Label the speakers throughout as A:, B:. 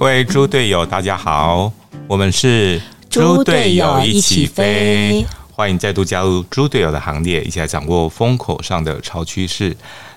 A: 位猪队友，大家好，我们是
B: 猪队友一起飞，
A: 欢迎再度加入猪队友的行列，一起来掌握风口上的潮趋势。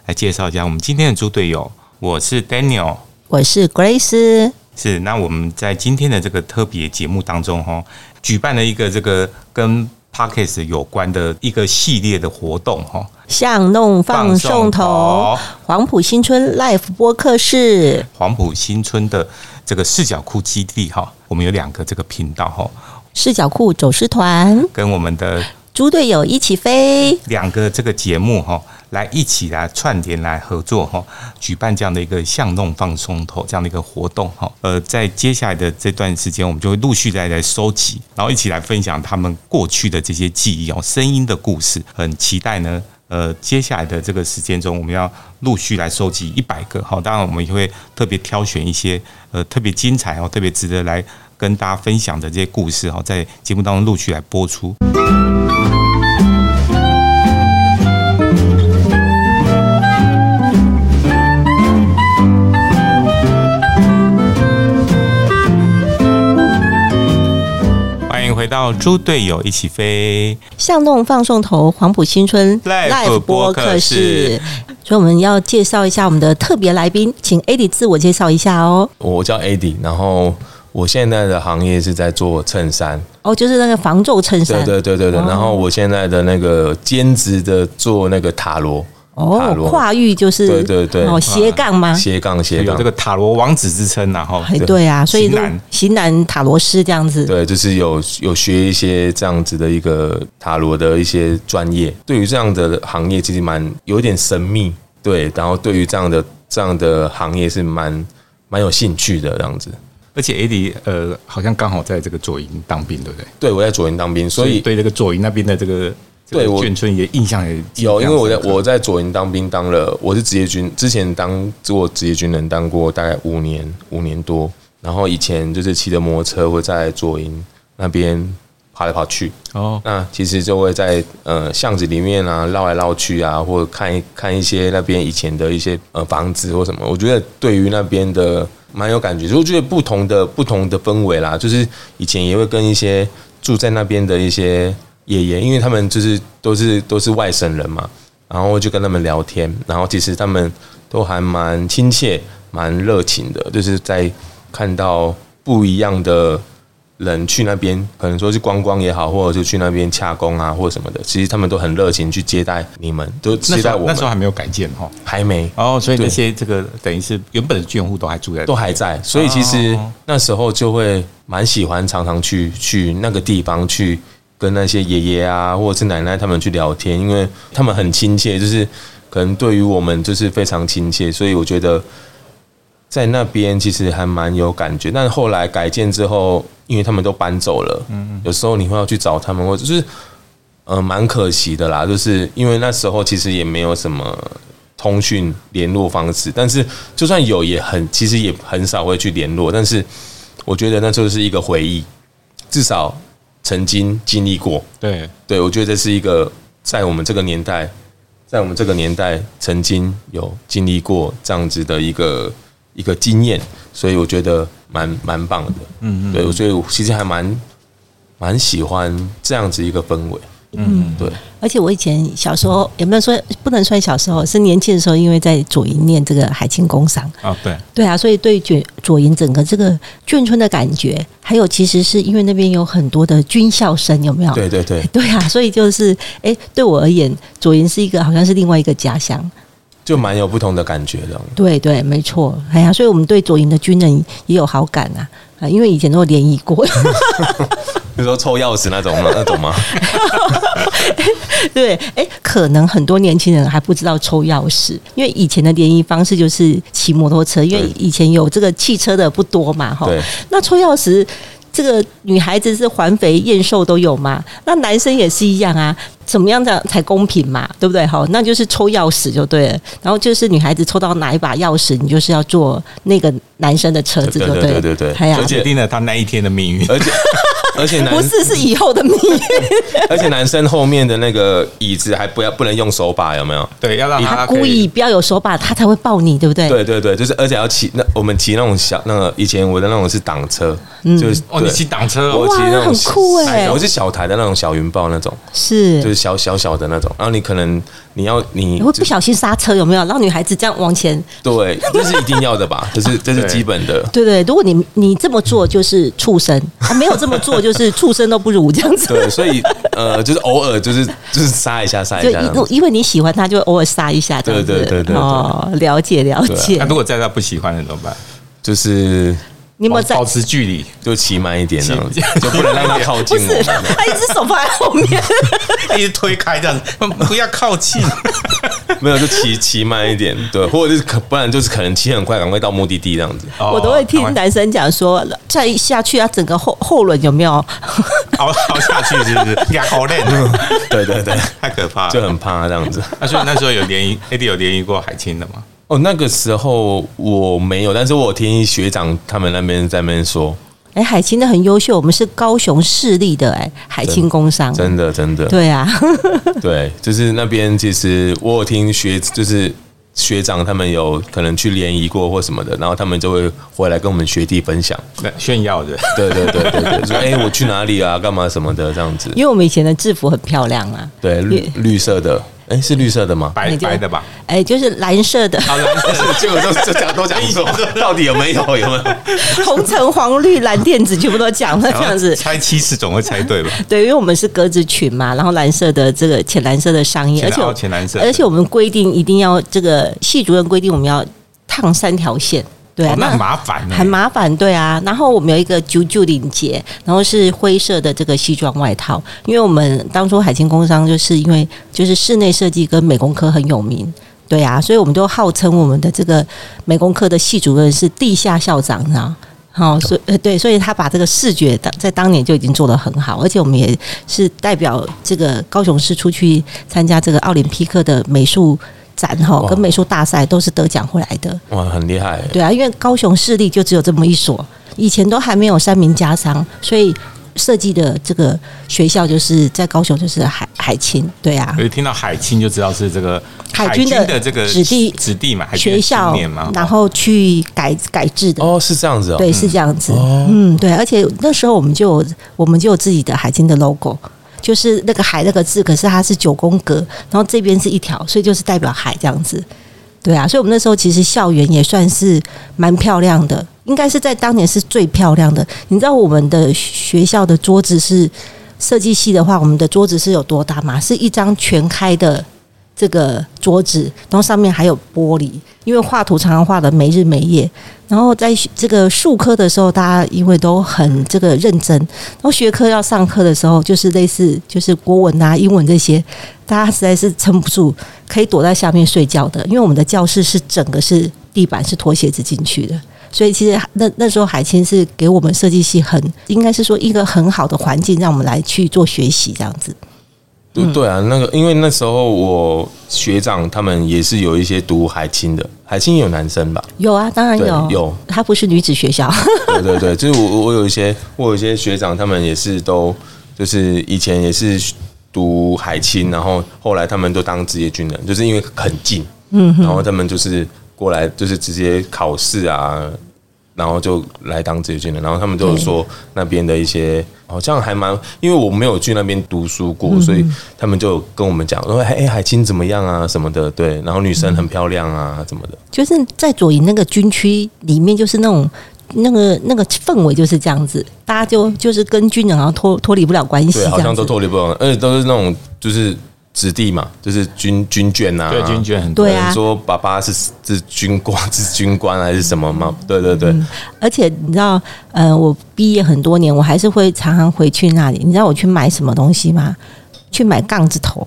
A: 来介绍一下我们今天的猪队友，我是 Daniel，
B: 我是 Grace，
A: 是那我们在今天的这个特别节目当中，哈，举办了一个这个跟 Parkes 有关的一个系列的活动，哈，
B: 向弄放送头，黄埔新村 Life 播客室，
A: 黄埔新村的这个视角库基地，哈，我们有两个这个频道，哈，
B: 视角库走失团，
A: 跟我们的
B: 猪队友一起飞，
A: 两个这个节目，哈。来一起来串联来合作哈，举办这样的一个巷弄放松头这样的一个活动哈。呃，在接下来的这段时间，我们就会陆续来来收集，然后一起来分享他们过去的这些记忆哦，声音的故事。很期待呢。呃，接下来的这个时间中，我们要陆续来收集一百个哈。当然，我们也会特别挑选一些呃特别精彩哦，特别值得来跟大家分享的这些故事哈，哦在节目当中陆续来播出。欢迎回到猪队友一起飞，
B: 向弄放送头，黄埔新村
A: Live 播客室。
B: 所以我们要介绍一下我们的特别来宾，请 AD 自我介绍一下哦。
C: 我叫 AD，然后我现在的行业是在做衬衫，
B: 哦，就是那个防皱衬
C: 对
B: 衫，哦
C: 对对对对。然后我现在的那个兼职的做那个塔罗，塔
B: 哦，
C: 罗
B: 跨域就是
C: 对对对啊
B: 哦，斜杠吗？
C: 斜杠斜
A: 有
C: 杠
A: 这，个塔罗王子之称然后
B: 哎，对啊，所以
A: 型
B: 就
A: 男
B: 型男塔罗师这样子，
C: 对，就是有有学一些这样子的一个塔罗的一些专业。对于这样的行业，其实蛮有点神秘，对。然后对于这样的这样的行业是蛮蛮有兴趣的这样子。
D: 而且 AD 呃，好像刚好在这个左营当兵，对不对？
C: 对我在左营当兵，所以
D: 对这个左营那边的这个这
C: 对
D: 个
C: 我
D: 眷村也印象也
C: 有，因为我在我
D: 在
C: 在左营当兵当了，我是职业军，之前当做职业军人当过大概五年五年多，然后以前就是骑着摩托车会在左营那边跑来跑去，
A: 哦，
C: 那其实就会在呃巷子里面啊绕来绕去啊，或者看一看一些那边以前的一些呃房子或什么，我觉得对于那边的蛮有感觉，就我觉得不同的不同的氛围啦，就是以前也会跟一些住在那边的一些爷爷，因为他们就是都是都是外省人嘛，然后就跟他们聊天，然后其实他们都还蛮亲切、蛮热情的，就是在看到不一样的人去那边，可能说去观光也好，或者就去那边洽工啊，或者什么的，其实他们都很热情去接待你们，都
D: 那
C: 接
D: 时
C: 待
D: 候
C: 我
D: 那
C: 们
D: 时。候还没有改建哈，
C: 还没
A: 哦，所以
C: 对
A: 那些这个等于是原本的眷户都还住在
C: 都还在，所以其实那时候就会蛮喜欢常常去去那个地方去跟那些爷爷啊，或者是奶奶他们去聊天，因为他们很亲切，就是可能对于我们就是非常亲切，所以我觉得在那边其实还蛮有感觉。但后来改建之后，因为他们都搬走了，有时候你会要去找他们，或者就是呃蛮可惜的啦，就是因为那时候其实也没有什么。通讯联络方式，但是就算有，也很其实也很少会去联络。但是我觉得那就是一个回忆，至少曾经经历过。
D: 对，
C: 对我觉得这是一个在我们这个年代，在我们这个年代曾经有经历过这样子的一个一个经验，所以我觉得蛮蛮棒的。嗯嗯，对，所以我其实还蛮蛮喜欢这样子一个氛围。嗯，对，
B: 而且我以前小时候也没有说不能算小时候，是年轻的时候，因为在左营念这个海清工商，
D: 哦
A: 啊，对，
B: 对啊，所以对左左营整个这个眷村的感觉，还有其实是因为那边有很多的军校生，有没有？
C: 对对对。
B: 对啊，所以就是哎、对我而言，左营是一个好像是另外一个家乡。
C: 就蛮有不同的感觉的。
B: 对对，没错。哎呀，所以我们对左营的军人也有好感啊，啊因为以前都有联谊过。
C: 你说抽钥匙那种 吗？那种吗？
B: 对，哎，可能很多年轻人还不知道抽钥匙，因为以前的联谊方式就是骑摩托车，因为
C: 对
B: 以前有这个汽车的不多嘛，哈
C: 对。
B: 那抽钥匙，这个女孩子是环肥燕瘦都有嘛，那男生也是一样啊，怎么样的才公平嘛，对不对？哈，那就是抽钥匙就对了，然后就是女孩子抽到哪一把钥匙，你就是要坐那个男生的车子，
C: 对
B: 就
C: 对
B: 对了
C: 对对对
B: 哎呀
C: 而，且
A: 决定了他那一天的命运。
C: 而且而且男
B: 不是是以后 的命运。
C: 而且男生后面的那个椅子还不要不能用手把，有没有？
D: 对，要让
B: 他
D: 他可以
B: 故意不要有手把，他才会抱你，对不对？
C: 对对对，就是而且要骑那我们骑那种小那个以前我的那种是挡车，就是
D: 哦，
C: 对
D: 你骑挡车
C: 我
D: 哦，
C: 骑
B: 嗯
C: 那
B: 哇
C: 种
B: 很酷
C: 小哎
B: 欸
C: 我是小台的那种小云豹那种，
B: 是
C: 就是小小小的那种。然后你可能你要你
B: 你会不小心刹车，有没有？让女孩子这样往前。
C: 对，这是一定要的吧？这是这是基本的。
B: 对对，如果你你这么做就是畜生，啊、没有这么做就是畜生都不如这样子。
C: 对，所以呃，就是偶尔就是就是杀一下杀
B: 就
C: 一下
B: 一
C: 那
B: 路
C: 种，
B: 因为你喜欢他，就偶尔杀一下这样子。
C: 哎对对对对对啊哎
B: 哦，了解了解。
D: 那如果再他不喜欢了怎么办？
C: 就是
B: 你有没有在
D: 保？持距离？
C: 就骑慢一点这样子
D: 骑，
C: 就不能让他靠
B: 不
C: 近
B: 是，
C: 我。
B: 他一只手放在后面。
A: 一直推开这样 子，不要靠近。
C: 没有，就骑骑慢一点，对，或者是可不然就是可能骑很快，赶快到目的地这样子。
A: 哦
B: 我都会
C: 啊
B: 听男生讲说，再下去啊，整个后后轮有没有？
A: 熬熬下去，是不是？ 牙口累，
C: 对对对，
A: 太可怕
C: 就
A: 了。
C: 很怕这样子。
A: 那所以那时候有联谊，AD 有联谊过海清的吗？
C: 哦，那个时候我没有，但是我有听学长他们那边在那边说，
B: 哎，海清的很优秀，我们是高雄市立的哎，海清工商。
C: 真的真的，
B: 对啊，
C: 对，就是那边其实我有听学就是。学长他们有可能去联谊过或什么的，然后他们就会回来跟我们学弟分享。
A: 那炫耀的，
C: 对对对对对， 说哎、我去哪里啊，干嘛什么的这样子。
B: 因为我们以前的制服很漂亮啊。
C: 对，绿绿色的，哎、是绿色的吗？
A: 白
B: 你就
A: 白的吧？
B: 哎，就是蓝色的，
A: 好蓝色
C: 结果都就讲都讲 错，哎到底有没有有没有？
B: 红橙黄绿蓝靛紫全部都讲了这 样子。
A: 猜七次总会猜对吧？
B: 对，因为我们是格子裙嘛，然后蓝色的这个浅蓝色的上衣，
A: 浅
B: 而
A: 蓝
B: 且我
A: 哦浅蓝色的
B: 而且我们规定一定要这个系主任规定我们要烫三条线，对、啊
A: 哦，那很麻烦呢
B: 很麻烦，对啊。然后我们有一个九九领结，然后是灰色的这个西装外套，因为我们当初海清工商就是因为就是室内设计跟美工科很有名。对啊，所以我们都号称我们的这个美工科的系主任是地下校长啊。好、所以呃对，所以他把这个视觉当在当年就已经做得很好，而且我们也是代表这个高雄市出去参加这个奥林匹克的美术展哈、
C: 哇
B: 跟美术大赛都是得奖回来的。
C: 哇，很厉害欸！
B: 对啊，因为高雄市立就只有这么一所，以前都还没有三民家商，所以设计的这个学校就是在高雄就是海海清，对啊
A: 可，是听到海清就知道是这个
B: 海
A: 军
B: 军的
A: 这个
B: 子弟
A: 子弟嘛，海军的
B: 学校
A: 青年嘛，哦
B: 然后去改改制的。
C: 哦，是这样子哦。
B: 对，是这样子。嗯，对，而且那时候我们就有我们就有自己的海清的 logo，就是那个海那个字，可是它是九宫格，然后这边是一条，所以就是代表海这样子。对啊，所以我们那时候其实校园也算是蛮漂亮的，应该是在当年是最漂亮的。你知道我们的学校的桌子是设计系的话，我们的桌子是有多大吗？是一张全开的这个桌子，然后上面还有玻璃，因为画图常常画的没日没夜。然后在学这个术科的时候，大家因为都很这个认真，然后学科要上课的时候，就是类似就是国文啊、英文这些，大家实在是撑不住，可以躲在下面睡觉的，因为我们的教室是整个是地板是拖鞋子进去的。所以其实那那时候海清是给我们设计系很应该是说一个很好的环境，让我们来去做学习这样子。嗯
C: 对对啊，那个因为那时候我学长他们也是有一些读海清的，海清也有男生吧？
B: 有啊，当然
C: 对
B: 有，
C: 有
B: 它不是女子学校，
C: 对对对，就是我我有一些我有一些学长他们也是都就是以前也是读海清，然后后来他们都当职业军人，就是因为很近，嗯，然后他们就是过来就是直接考试啊，然后就来当职业军人，然后他们都有说那边的一些好像还蛮，因为我没有去那边读书过，所以他们就有跟我们讲说，哎、海清怎么样啊什么的，对，然后女生很漂亮啊什么的，
B: 就是在左营那个军区里面，就是那种那个那个氛围就是这样子，大家就就是跟军人好像脱脱离不了关系，
C: 对，
B: 这
C: 好像
B: 样
C: 都
B: 子。
C: 脱离不了，而且哎都是那种就是子弟嘛，就是军军眷呐、
A: 对军眷很多
B: 对
C: 有人
B: 啊，
C: 说爸爸是是军官， 是军官还是什么吗？
B: 嗯
C: 对对对，
B: 而且你知道，呃，我毕业很多年，我还是会常常回去那里。你知道我去买什么东西吗？去买杠子头，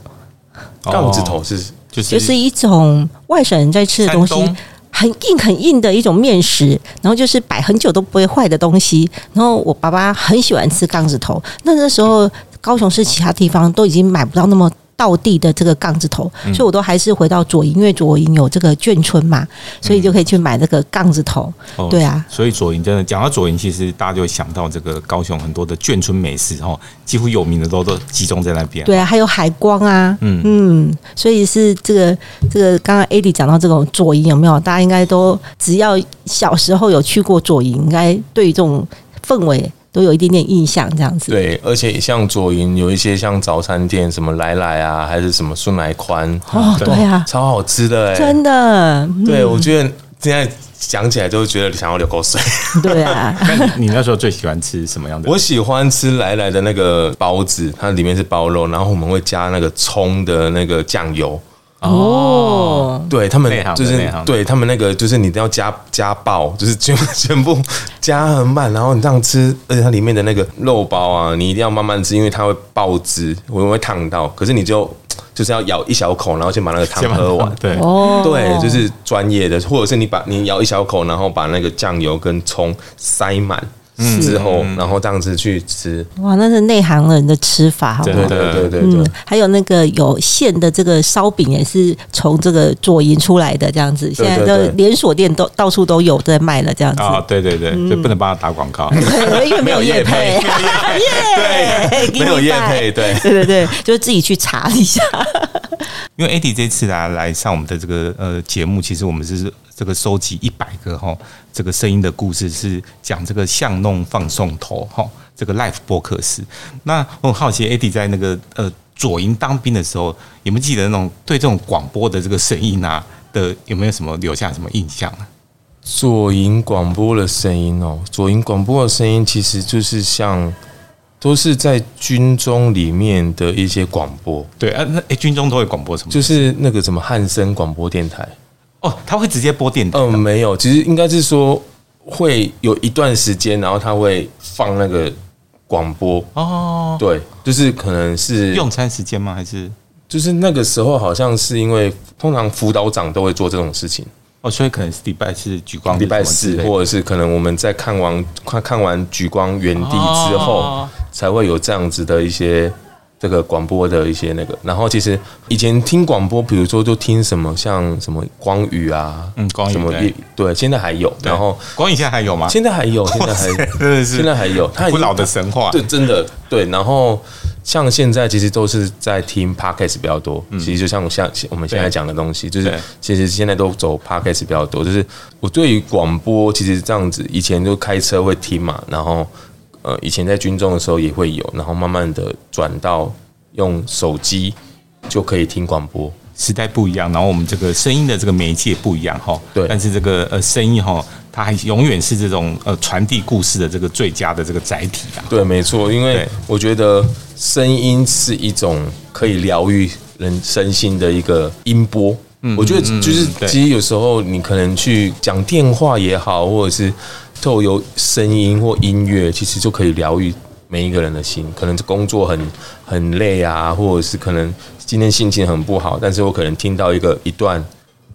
C: 杠子头是
A: 哦就是
B: 就是一种外省人在吃的东西
A: 山东，
B: 很硬很硬的一种面食，然后就是摆很久都不会坏的东西。然后我爸爸很喜欢吃杠子头，那那时候高雄市其他地方都已经买不到那么道地的这个杠子头，
A: 嗯
B: 所以我都还是回到左营，因为左营有这个眷村嘛，所以就可以去买这个杠子头。
A: 哦
B: 对啊，
A: 所以左营真的讲到左营，其实大家就想到这个高雄很多的眷村美食哦，几乎有名的都都集中在那边。
B: 对啊，还有海光啊，
A: 嗯
B: 嗯所以是这个这个，刚刚 AD 讲到这种左营有没有？大家应该都只要小时候有去过左营，应该对于这种氛围都有一点点印象，这样子。
C: 对，而且像左营有一些像早餐店，什么来来啊，还是什么顺来宽，
B: 哦，对啊，
C: 超好吃的哎、
B: 真的，嗯
C: 对，我觉得现在讲起来都觉得想要流口水。
B: 对啊，
D: 那你你那时候最喜欢吃什么样的？
C: 我喜欢吃来来的那个包子，它里面是包肉，然后我们会加那个葱的那个酱油。
B: 哦，
C: 对他们
D: 内行的
C: 就是
D: 内行的
C: 对他们那个就是你一定要加加爆，就是全全部加很满，然后你这样吃，而且它里面的那个肉包啊，你一定要慢慢吃，因为它会爆汁，我们会烫到。可是你就就是要咬一小口，然后先把那个汤
D: 先把
C: 喝完。
D: 对，
B: 哦，
C: 对，就是专业的，或者是你把你咬一小口，然后把那个酱油跟葱塞满之后，
D: 嗯
C: 然后这样子去吃。
B: 哇，那是内行人的吃法，好不
D: 真的
B: 好
C: 对对对对对
B: 嗯，还有那个有馅的这个烧饼也是从这个左营出来的，这样子，现
C: 对
B: 在
C: 对
B: 的
C: 对
B: 连锁店都到处都有在卖了，这样子。
A: 啊，对对对，就不能帮他打广告。
B: 因 为没有业配， 耶，
C: 没有业配，对
B: 对对对，就是自己去查一下。
A: 因为 AD 这次啊来上我们的这个呃节目，其实我们是这个收集一百个哈、这个声音的故事，是讲这个巷弄放送头哈、这个 Life 播客室。那我很好奇，AD 在那个呃左营当兵的时候，有没有记得那种对这种广播的这个声音啊的有没有什么留下什么印象啊？
C: 左营广播的声音哦，左营广播的声音其实就是像都是在军中里面的一些广播，
A: 对啊，那诶军中都会广播什么？
C: 就是那个什么汉声广播电台。
A: 哦，他会直接播电台。
C: 嗯，没有，其实应该是说会有一段时间，然后他会放那个广播，
A: 哦，
C: 对，就是可能是
A: 用餐时间吗？还是
C: 就是那个时候好像是因为通常辅导长都会做这种事情，
A: 哦，所以可能是礼拜四举光日
C: 礼拜
A: 什么之
C: 四
A: 类的
C: 或者是可能我们在看完看看完《举光原地》之后
A: 哦，
C: 才会有这样子的一些这个广播的一些那个。然后其实以前听广播，比如说就听什么像什么光宇啊，
A: 嗯光宇
C: 什么
A: 对
C: 对，现在还有，
A: 对
C: 然后
A: 光宇现在还有吗？
C: 现在还有，现在还
A: 真的是
C: 现在还有，它已经
A: 不老的神话。
C: 对，真的对。然后像现在其实都是在听 podcast 比较多，其实就像我像我们现在讲的东西，就是
A: 嗯对
C: 其实现在都走 podcast 比较多。就是我对于广播其实这样子，以前就开车会听嘛，然后呃以前在军中的时候也会有，然后慢慢的转到用手机就可以听广播。
A: 时代不一样，然后我们这个声音的这个媒介不一样哈。
C: 对
A: 但是这个呃声音哈，它还永远是这种呃传递故事的这个最佳的这个载体啊。
C: 对，没错，因为
A: 对
C: 我觉得声音是一种可以疗愈人身心的一个音波。嗯，我觉得就是
A: 嗯，对
C: 其实有时候你可能去讲电话也好，或者是透由声音或音乐，其实就可以疗愈每一个人的心。可能工作很很累啊，或者是可能今天心情很不好，但是我可能听到一个一段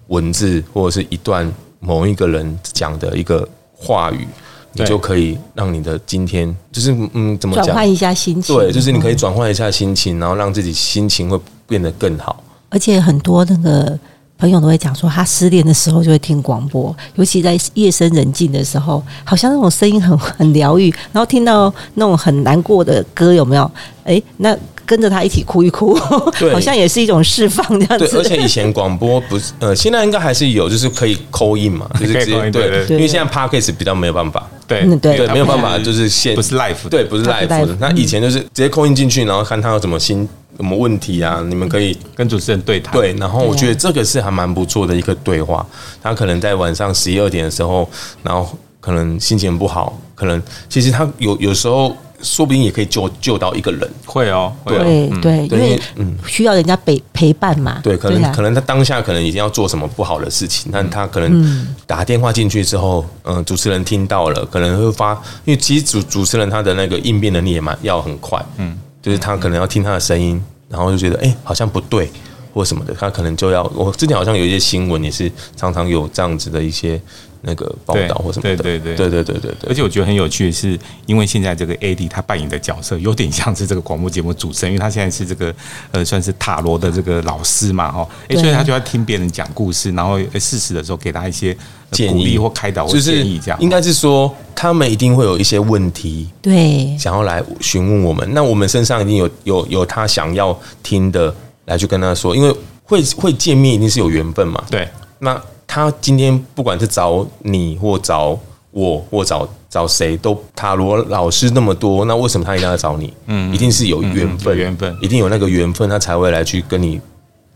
C: 文字，或者是一段某一个人讲的一个话语，你
A: 对
C: 就可以让你的今天就是嗯怎么
B: 转
C: 讲？
B: 换一下心情，
C: 对，就是你可以转换一下心情，然后让自己心情会变得更好。
B: 而且很多那个朋友都会讲说，他失恋的时候就会听广播，尤其在夜深人静的时候，好像那种声音很很疗愈。然后听到那种很难过的歌，有没有？哎、那跟着他一起哭一 哭，
C: 对
B: 好像也是一种释放这样
C: 对，
B: 子。
C: 而且以前广播不是呃，现在应该还是有，就是可以扣印嘛，就
A: 可以 call
C: 是直接
A: in，对
C: 对
A: 对，
C: 因为现在 podcast 比较没有办法，
A: 对
B: 嗯对
C: 对，没有办法，
A: 它不
C: 就是现
A: 不是 live 的
C: 对，不是
B: 它
C: live
B: 不
C: 的
B: live，。
C: 那以前就是直接扣印进去，然后看他有什么新什么问题啊，你们可以
A: 跟主持人对谈。
C: 对，然后我觉得这个是还蛮不错的一个对话。他可能在晚上十一二点的时候，然后可能心情不好，可能其实他有有时候说不定也可以救救到一个人。
A: 会哦，会哦。
B: 对对，因
C: 对因
B: 为
C: 为嗯
B: 需要人家陪陪伴嘛。
C: 对，可能、
B: 啊
C: 可能他当下可能已经要做什么不好的事情，但他可能打电话进去之后，嗯、主持人听到了，可能会发，因为其实主主持人他的那个应变能力也蛮要很快，嗯，就是他可能要听他的声音，然后就觉得哎、好像不对或什么的，他可能就要，我之前好像有一些新闻也是常常有这样子的一些那个报道或什么的。
A: 对对对
C: 对对对对对
A: 而且我觉得很有趣的是，因为现在这个 AD 他扮演的角色有点像是这个广播节目主持人，因为他现在是这个呃算是塔罗的这个老师嘛，哈，诶，
B: 对
A: 所以他就要听别人讲故事，然后呃适时的时候给他一些呃
C: 建
A: 鼓
C: 议
A: 励或开导或
C: 就是
A: 建议，这样
C: 应该是说他们一定会有一些问题
B: 对
C: 想要来询问我们，那我们身上一定有有有他想要听的来去跟他说，因为会会见面一定是有缘分嘛。
A: 对
C: 那他今天不管是找你或找我或找找谁，都塔罗老师那么多，那为什么他一定要找你？嗯，一定是有缘分，
A: 嗯有缘分
C: 一定有那个缘分，他才会来去跟你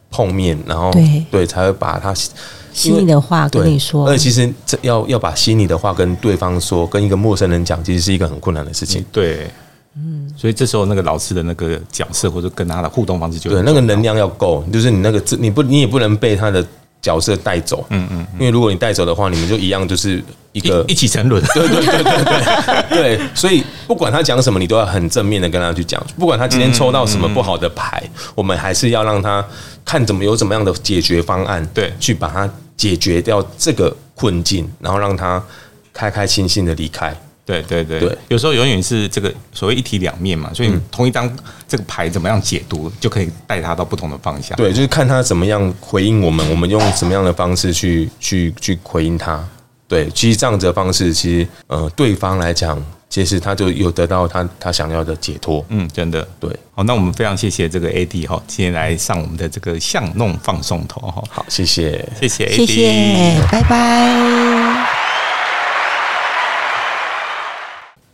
C: 碰面，然后
B: 对
C: 才会把他
B: 心里的话跟
C: 对
B: 你说
C: 而，且其实这要要把心里的话跟对方说，跟一个陌生人讲，其实是一个很困难的事情。
A: 对，嗯，所以这时候那个老师的那个角色或者跟他的互动方式就
C: 对，
A: 很
C: 那个能量要够，就是你那个你不你也不能被他的角色带走，嗯嗯，因为如果你带走的话，你们就一样就是一个
A: 一一起沉沦，
C: 对，所以不管他讲什么，你都要很正面的跟他去讲。不管他今天抽到什么不好的牌，我们还是要让他看怎么有怎么样的解决方案，
A: 对
C: 去把它解决掉这个困境，然后让他开开心心的离开。
A: 对对对，
C: 对嗯
A: 有时候永远是这个所谓一体两面嘛，所以你同一张这个牌怎么样解读，就可以带他到不同的方向。
C: 对，就是看他怎么样回应我们，我们用什么样的方式去去去回应他。对，其实这样子的方式，其实呃，对方来讲，其实他就有得到他他想要的解脱。
A: 嗯，真的。
C: 对，
A: 好，那我们非常谢谢这个 AD 哈，今天来上我们的这个巷弄放送头哈，
C: 好，谢谢。
A: 谢谢 AD，
B: 谢谢，拜拜。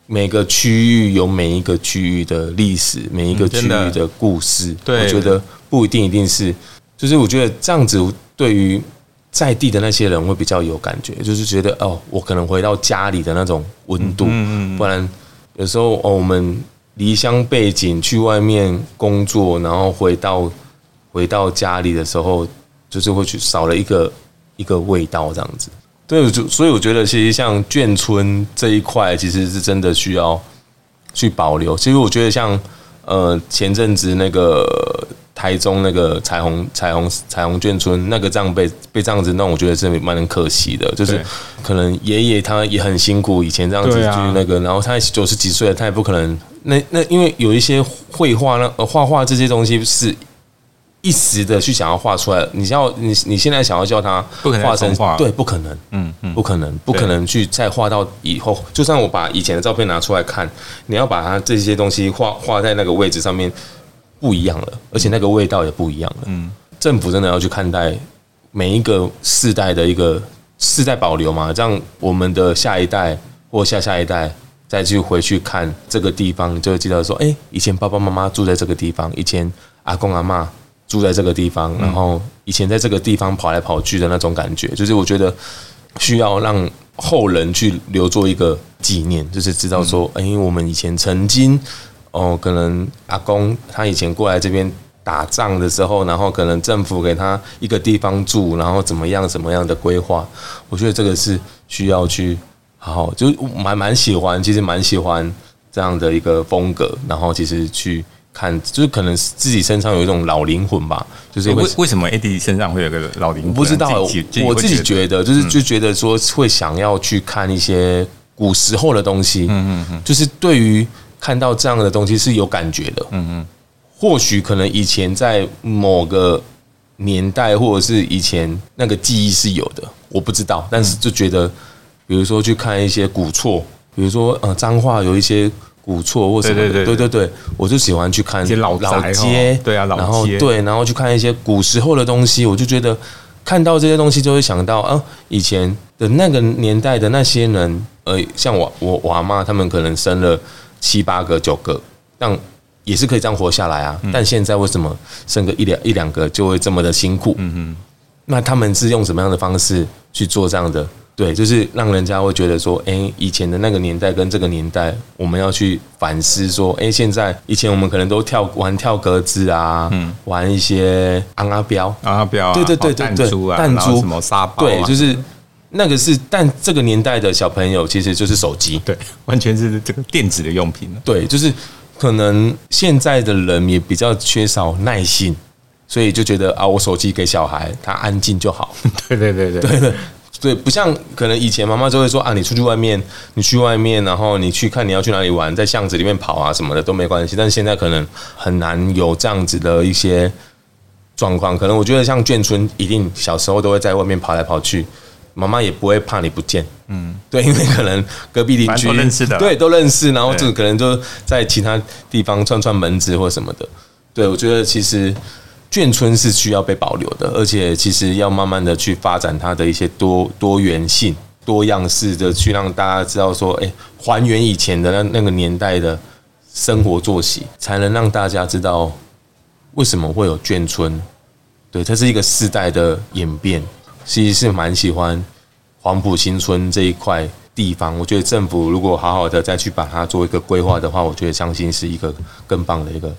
C: 每个区域有每一个区域的历史，每一个
A: 嗯
C: 区
A: 真的
C: 域的故事。
A: 对
C: 我觉得不一定一定是，就是我觉得这样子对于在地的那些人会比较有感觉，就是觉得哦，我可能回到家里的那种温
A: 嗯
C: 度，不然有时候哦，我们离乡背景去外面工作，然后回到回到家里的时候，就是会去少了一个一个味道这样子。对，我就所以我觉得其实像眷村这一块，其实是真的需要去保留。其实我觉得像呃前阵子那个台中那个彩虹彩虹彩虹眷村那个这样被被这样子弄，我觉得是蛮可惜的。就是
A: 对
C: 可能爷爷他也很辛苦，以前这样子去
A: 对啊
C: 那个，然后他九十几岁了，他也不可能那那因为有一些绘画那呃画画这些东西是。一时的去想要画出来，你要你你现在想要叫他
A: 不可能再
C: 画成
A: 重画
C: 对，不可能，
A: 嗯嗯，
C: 不可能，不可能去再画到以后。就算我把以前的照片拿出来看，你要把它这些东西画画在那个位置上面，不一样了，而且那个味道也不一样了。嗯，政府真的要去看待每一个世代的一个世代保留嘛，让我们的下一代或下下一代再去回去看这个地方，你就会记得说，哎、以前爸爸妈妈住在这个地方，以前阿公阿妈住在这个地方，然后以前在这个地方跑来跑去的那种感觉，就是我觉得需要让后人去留作一个纪念，就是知道说，哎、我们以前曾经哦，可能阿公他以前过来这边打仗的时候，然后可能政府给他一个地方住，然后怎么样怎么样的规划，我觉得这个是需要去好好，就是我蛮蛮喜欢，其实蛮喜欢这样的一个风格，然后其实去看，就是可能自己身上有一种老灵魂吧，就是
A: 对
C: 会
A: 为为什么 AD 身上会有个老灵
C: 我
A: 魂？
C: 不知道，
A: 自己
C: 我我自己觉得嗯就是就觉得说会想要去看一些古时候的东西，嗯嗯嗯，就是对于看到这样的东西是有感觉的，嗯嗯，或许可能以前在某个年代或者是以前那个记忆是有的，我不知道，但是就觉得，比如说去看一些古厝，比如说呃彰化有一些。古厝或什么的，
A: 对对
C: 对
A: 对
C: 对对，我就喜欢去看
A: 一些老宅
C: 老
A: 哦
C: 街，
A: 对啊老
C: 然后
A: 街
C: 对，然后去看一些古时候的东西，我就觉得看到这些东西就会想到啊，以前的那个年代的那些人，呃，像我我我阿妈他们可能生了七八个九个，但也是可以这样活下来啊。
A: 嗯
C: 但现在为什么生个一两一两个就会这么的辛苦？嗯嗯，那他们是用什么样的方式去做这样的？对，就是让人家会觉得说，哎、以前的那个年代跟这个年代，我们要去反思说，哎、现在以前我们可能都跳玩跳格子啊，玩一些昂阿标，
A: 啊，不要啊
C: 对对对
A: 哦
C: 对对，
A: 弹珠啊，
C: 弹
A: 然后
C: 珠
A: 什么沙包啊，
C: 对，就是那个是，但这个年代的小朋友其实就是手机，
A: 对，完全是这个电子的用品了。
C: 对，就是可能现在的人也比较缺少耐心，所以就觉得啊，我手机给小孩，他安静就好。
D: 对对对对，
C: 对的，对，不像可能以前妈妈就会说啊，你出去外面，你去外面，然后你去看你要去哪里玩，在巷子里面跑啊什么的都没关系。但是现在可能很难有这样子的一些状况。可能我觉得像眷村，一定小时候都会在外面跑来跑去，妈妈也不会怕你不见。嗯，对，因为可能隔壁邻
A: 反
C: 居
A: 正都认识的啦
C: 对，都认识，然后
A: 对
C: 这个可能就在其他地方串串门子或什么的。对，我觉得其实眷村是需要被保留的，而且其实要慢慢的去发展它的一些多多元性、多样式的，去让大家知道说，哎、还原以前的那那个年代的生活作息，才能让大家知道为什么会有眷村。对，它是一个世代的演变，其实是蛮喜欢黄埔新村这一块地方。我觉得政府如果好好的再去把它做一个规划的话，我觉得相信是一个更棒的一个